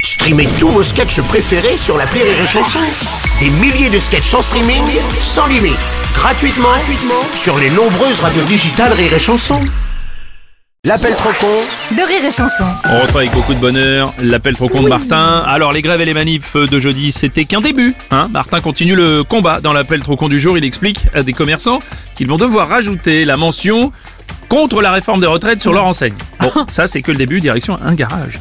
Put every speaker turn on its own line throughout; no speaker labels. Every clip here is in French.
Streamez tous vos sketchs préférés sur la Rire et Chanson. Des milliers de sketchs en streaming, sans limite, gratuitement, gratuitement sur les nombreuses radios digitales Rire et Chanson. L'appel trop con
de rire et chanson.
On retrouve avec beaucoup de bonheur l'appel trop con de Martin. Alors les grèves et les manifs de jeudi, c'était qu'un début. Hein Martin continue le combat. Dans l'appel trop con du jour, il explique à des commerçants qu'ils vont devoir rajouter la mention contre la réforme des retraites sur leur enseigne. Bon, ça c'est que le début, direction un garage.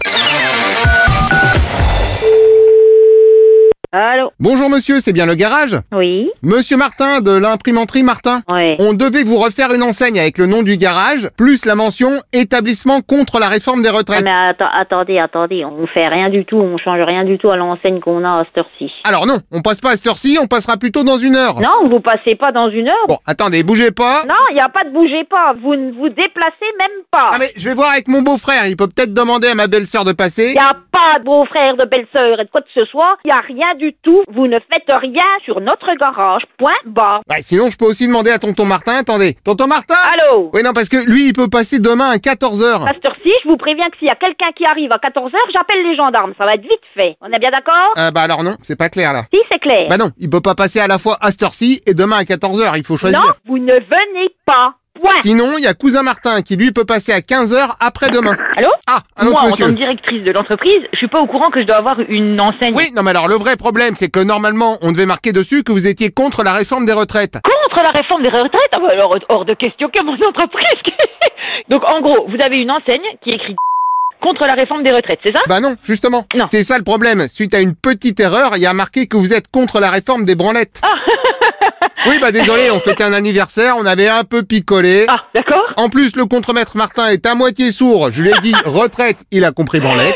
Allô
Bonjour monsieur, c'est bien le garage
Oui
Monsieur Martin de l'imprimanterie Martin.
Ouais.
On devait vous refaire une enseigne avec le nom du garage, plus la mention établissement contre la réforme des
Ah,
retraites.
mais atta- attendez, attendez, on fait rien du tout, on change rien du tout à l'enseigne qu'on a à cette heure-ci.
Alors non, on passe pas à cette heure-ci, on passera plutôt dans une heure.
Non, vous passez pas dans une heure.
Ah. Bon, attendez, bougez pas.
Non, il n'y a pas de bougez pas, vous ne vous déplacez même pas.
Ah mais je vais voir avec mon beau-frère, il peut peut-être demander à ma belle-sœur de passer.
Il n'y a pas de beau-frère, de belle-sœur et de quoi que ce soit. Il n'y a rien du tout. Vous ne faites rien sur notre garage. Point barre.
Ouais, sinon je peux aussi demander à tonton Martin, attendez. Tonton Martin
Allô
Ah. Oui non, parce que lui il peut passer demain à 14h.
À cette heure-ci, je vous préviens que s'il y a quelqu'un qui arrive à 14h, j'appelle les gendarmes. Ça va être vite fait. On est bien d'accord
Euh, bah alors non, c'est pas clair là.
Si, c'est clair.
Bah non, il peut pas passer à la fois à cette heure-ci et demain à 14h, il faut choisir.
non, vous ne venez pas. Point.
Sinon, il y a Cousin Martin qui lui peut passer à 15h après-demain.
Allô
Ah, un autre
Moi, en tant
monsieur.
que directrice de l'entreprise, je suis pas au courant que je dois avoir une enseigne
Oui, non mais alors le vrai problème, c'est que normalement, on devait marquer dessus que vous étiez contre la réforme des retraites.
contre la réforme des retraites. Ah bah alors, hors de question que mon entreprise. Donc, en gros, vous avez une enseigne qui écrit contre la réforme des retraites, c'est ça
Bah non, justement.
Non.
C'est ça le problème. Suite à une petite erreur, il y a marqué que vous êtes contre la réforme des branlettes.
Ah.
oui, bah désolé, on fêtait un anniversaire, on avait un peu picolé.
Ah, d'accord.
En plus, le contremaître Martin est à moitié sourd. Je lui ai dit retraite, il a compris branlette.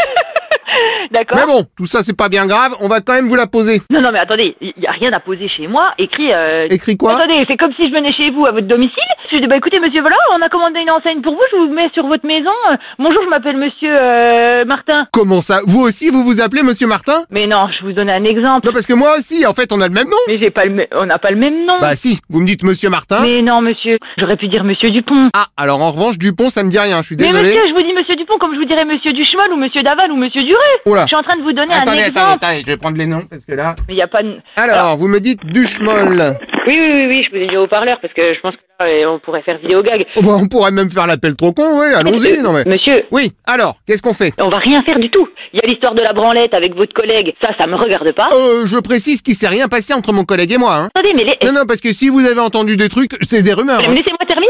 D'accord.
Mais bon, tout ça c'est pas bien grave, on va quand même vous la poser.
Non, non, mais attendez, il y a rien à poser chez moi. Écrit. euh,
Écrit quoi
Attendez, c'est comme si je venais chez vous à votre domicile. Je dis, bah écoutez, monsieur, voilà, on a commandé une enseigne pour vous, je vous mets sur votre maison. Euh, bonjour, je m'appelle monsieur euh, Martin.
Comment ça Vous aussi, vous vous appelez Monsieur Martin
Mais non, je vous donne un exemple.
Non, parce que moi aussi, en fait, on a le même nom.
Mais j'ai pas le, me- on n'a pas le même nom.
Bah si, vous me dites Monsieur Martin.
Ah. Mais non, monsieur. J'aurais pu dire monsieur Dupont.
Ah, alors en revanche, Dupont, ça me dit rien, je suis
Mais
désolé.
monsieur, je vous dis monsieur Dupont comme je vous dirais monsieur Duchemin ou monsieur Daval ou monsieur Duré.
Oula.
Je suis en train de vous donner
Oh Attendez,
un
attendez,
exemple.
attendez, je vais prendre les noms, parce que là...
Mais il n'y a pas de...
Alors, vous me dites Duchemol.
Oui, oui, oui, oui, je vous ai mis au parleur parce que je pense que là, euh, on pourrait faire vidéo gag.
Oh, bah, on pourrait même faire l'appel trop con, oui, allons-y, non mais...
Monsieur,
Oui, alors, qu'est-ce qu'on fait
on va rien faire du tout. Il y a l'histoire de la branlette avec votre collègue. Ça, ça me regarde pas.
Euh, je précise qu'il s'est rien passé entre mon collègue et moi, hein.
Attendez, mais, les...
Non, non, parce que si vous avez entendu des trucs, c'est des rumeurs.
mais
hein.
laissez-moi terminer.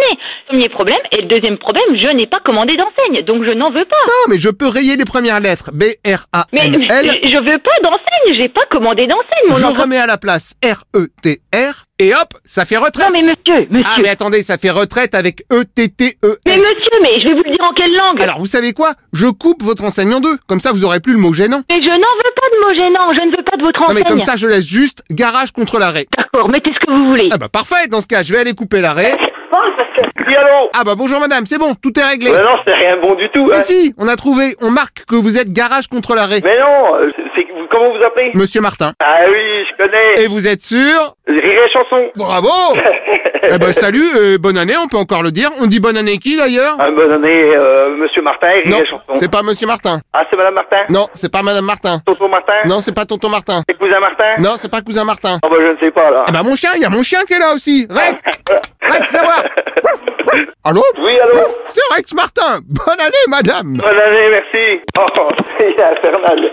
Premier problème, et le deuxième problème, je n'ai pas commandé d'enseigne, donc je n'en veux pas.
Non, mais je peux rayer les premières lettres.
Mais je
B-R-A-N-L.
je veux pas d'enseigne, j'ai pas commandé d'enseigne, mon
Je
enfant.
remets à la place R-E-T-R. Et hop, ça fait
Non
retraite.
mais monsieur, monsieur,
Ah, mais attendez, ça fait retraite avec E E-T-T-E-S.
mais monsieur, mais je vais vous le dire en quelle langue
Alors vous savez quoi Je coupe votre enseigne en deux, comme ça vous aurez plus le mot gênant.
Mais je n'en veux pas de mots gênants, je ne veux pas de votre
Non mais
enseigne.
comme ça je laisse juste garage contre l'arrêt.
D'accord, mettez ce que vous voulez.
Ah bah parfait, dans ce cas je vais aller couper l'arrêt.
Oui, allô
Ah bah bonjour madame, c'est bon, tout est réglé.
Mais non, c'est rien de bon du tout. hein.
Mais si, on a trouvé, on marque que vous êtes garage contre l'arrêt.
Mais non, euh, c'est vous- comment vous appelez
Monsieur Martin.
Ah oui, je connais.
Et vous êtes sûr
Rire et chanson.
Bravo Eh bah salut, et bonne année, on peut encore le dire. On dit bonne année qui d'ailleurs
Ah, bonne année, euh, Monsieur Martin, Rire
Non,
et chanson.
c'est pas monsieur Martin.
Ah, c'est Madame Martin
Non, c'est pas madame Martin.
Tonton Martin
Non, c'est pas tonton Martin.
C'est cousin Martin
Non, c'est pas cousin Martin.
Ah bah je ne sais pas là.
Ah bah mon chien, il y a mon chien qui est là aussi. Rex Rex, viens voir Allô
Oui, allô
C'est Rex Martin Bonne année, madame
Bonne année, merci. Oh, c'est infernal.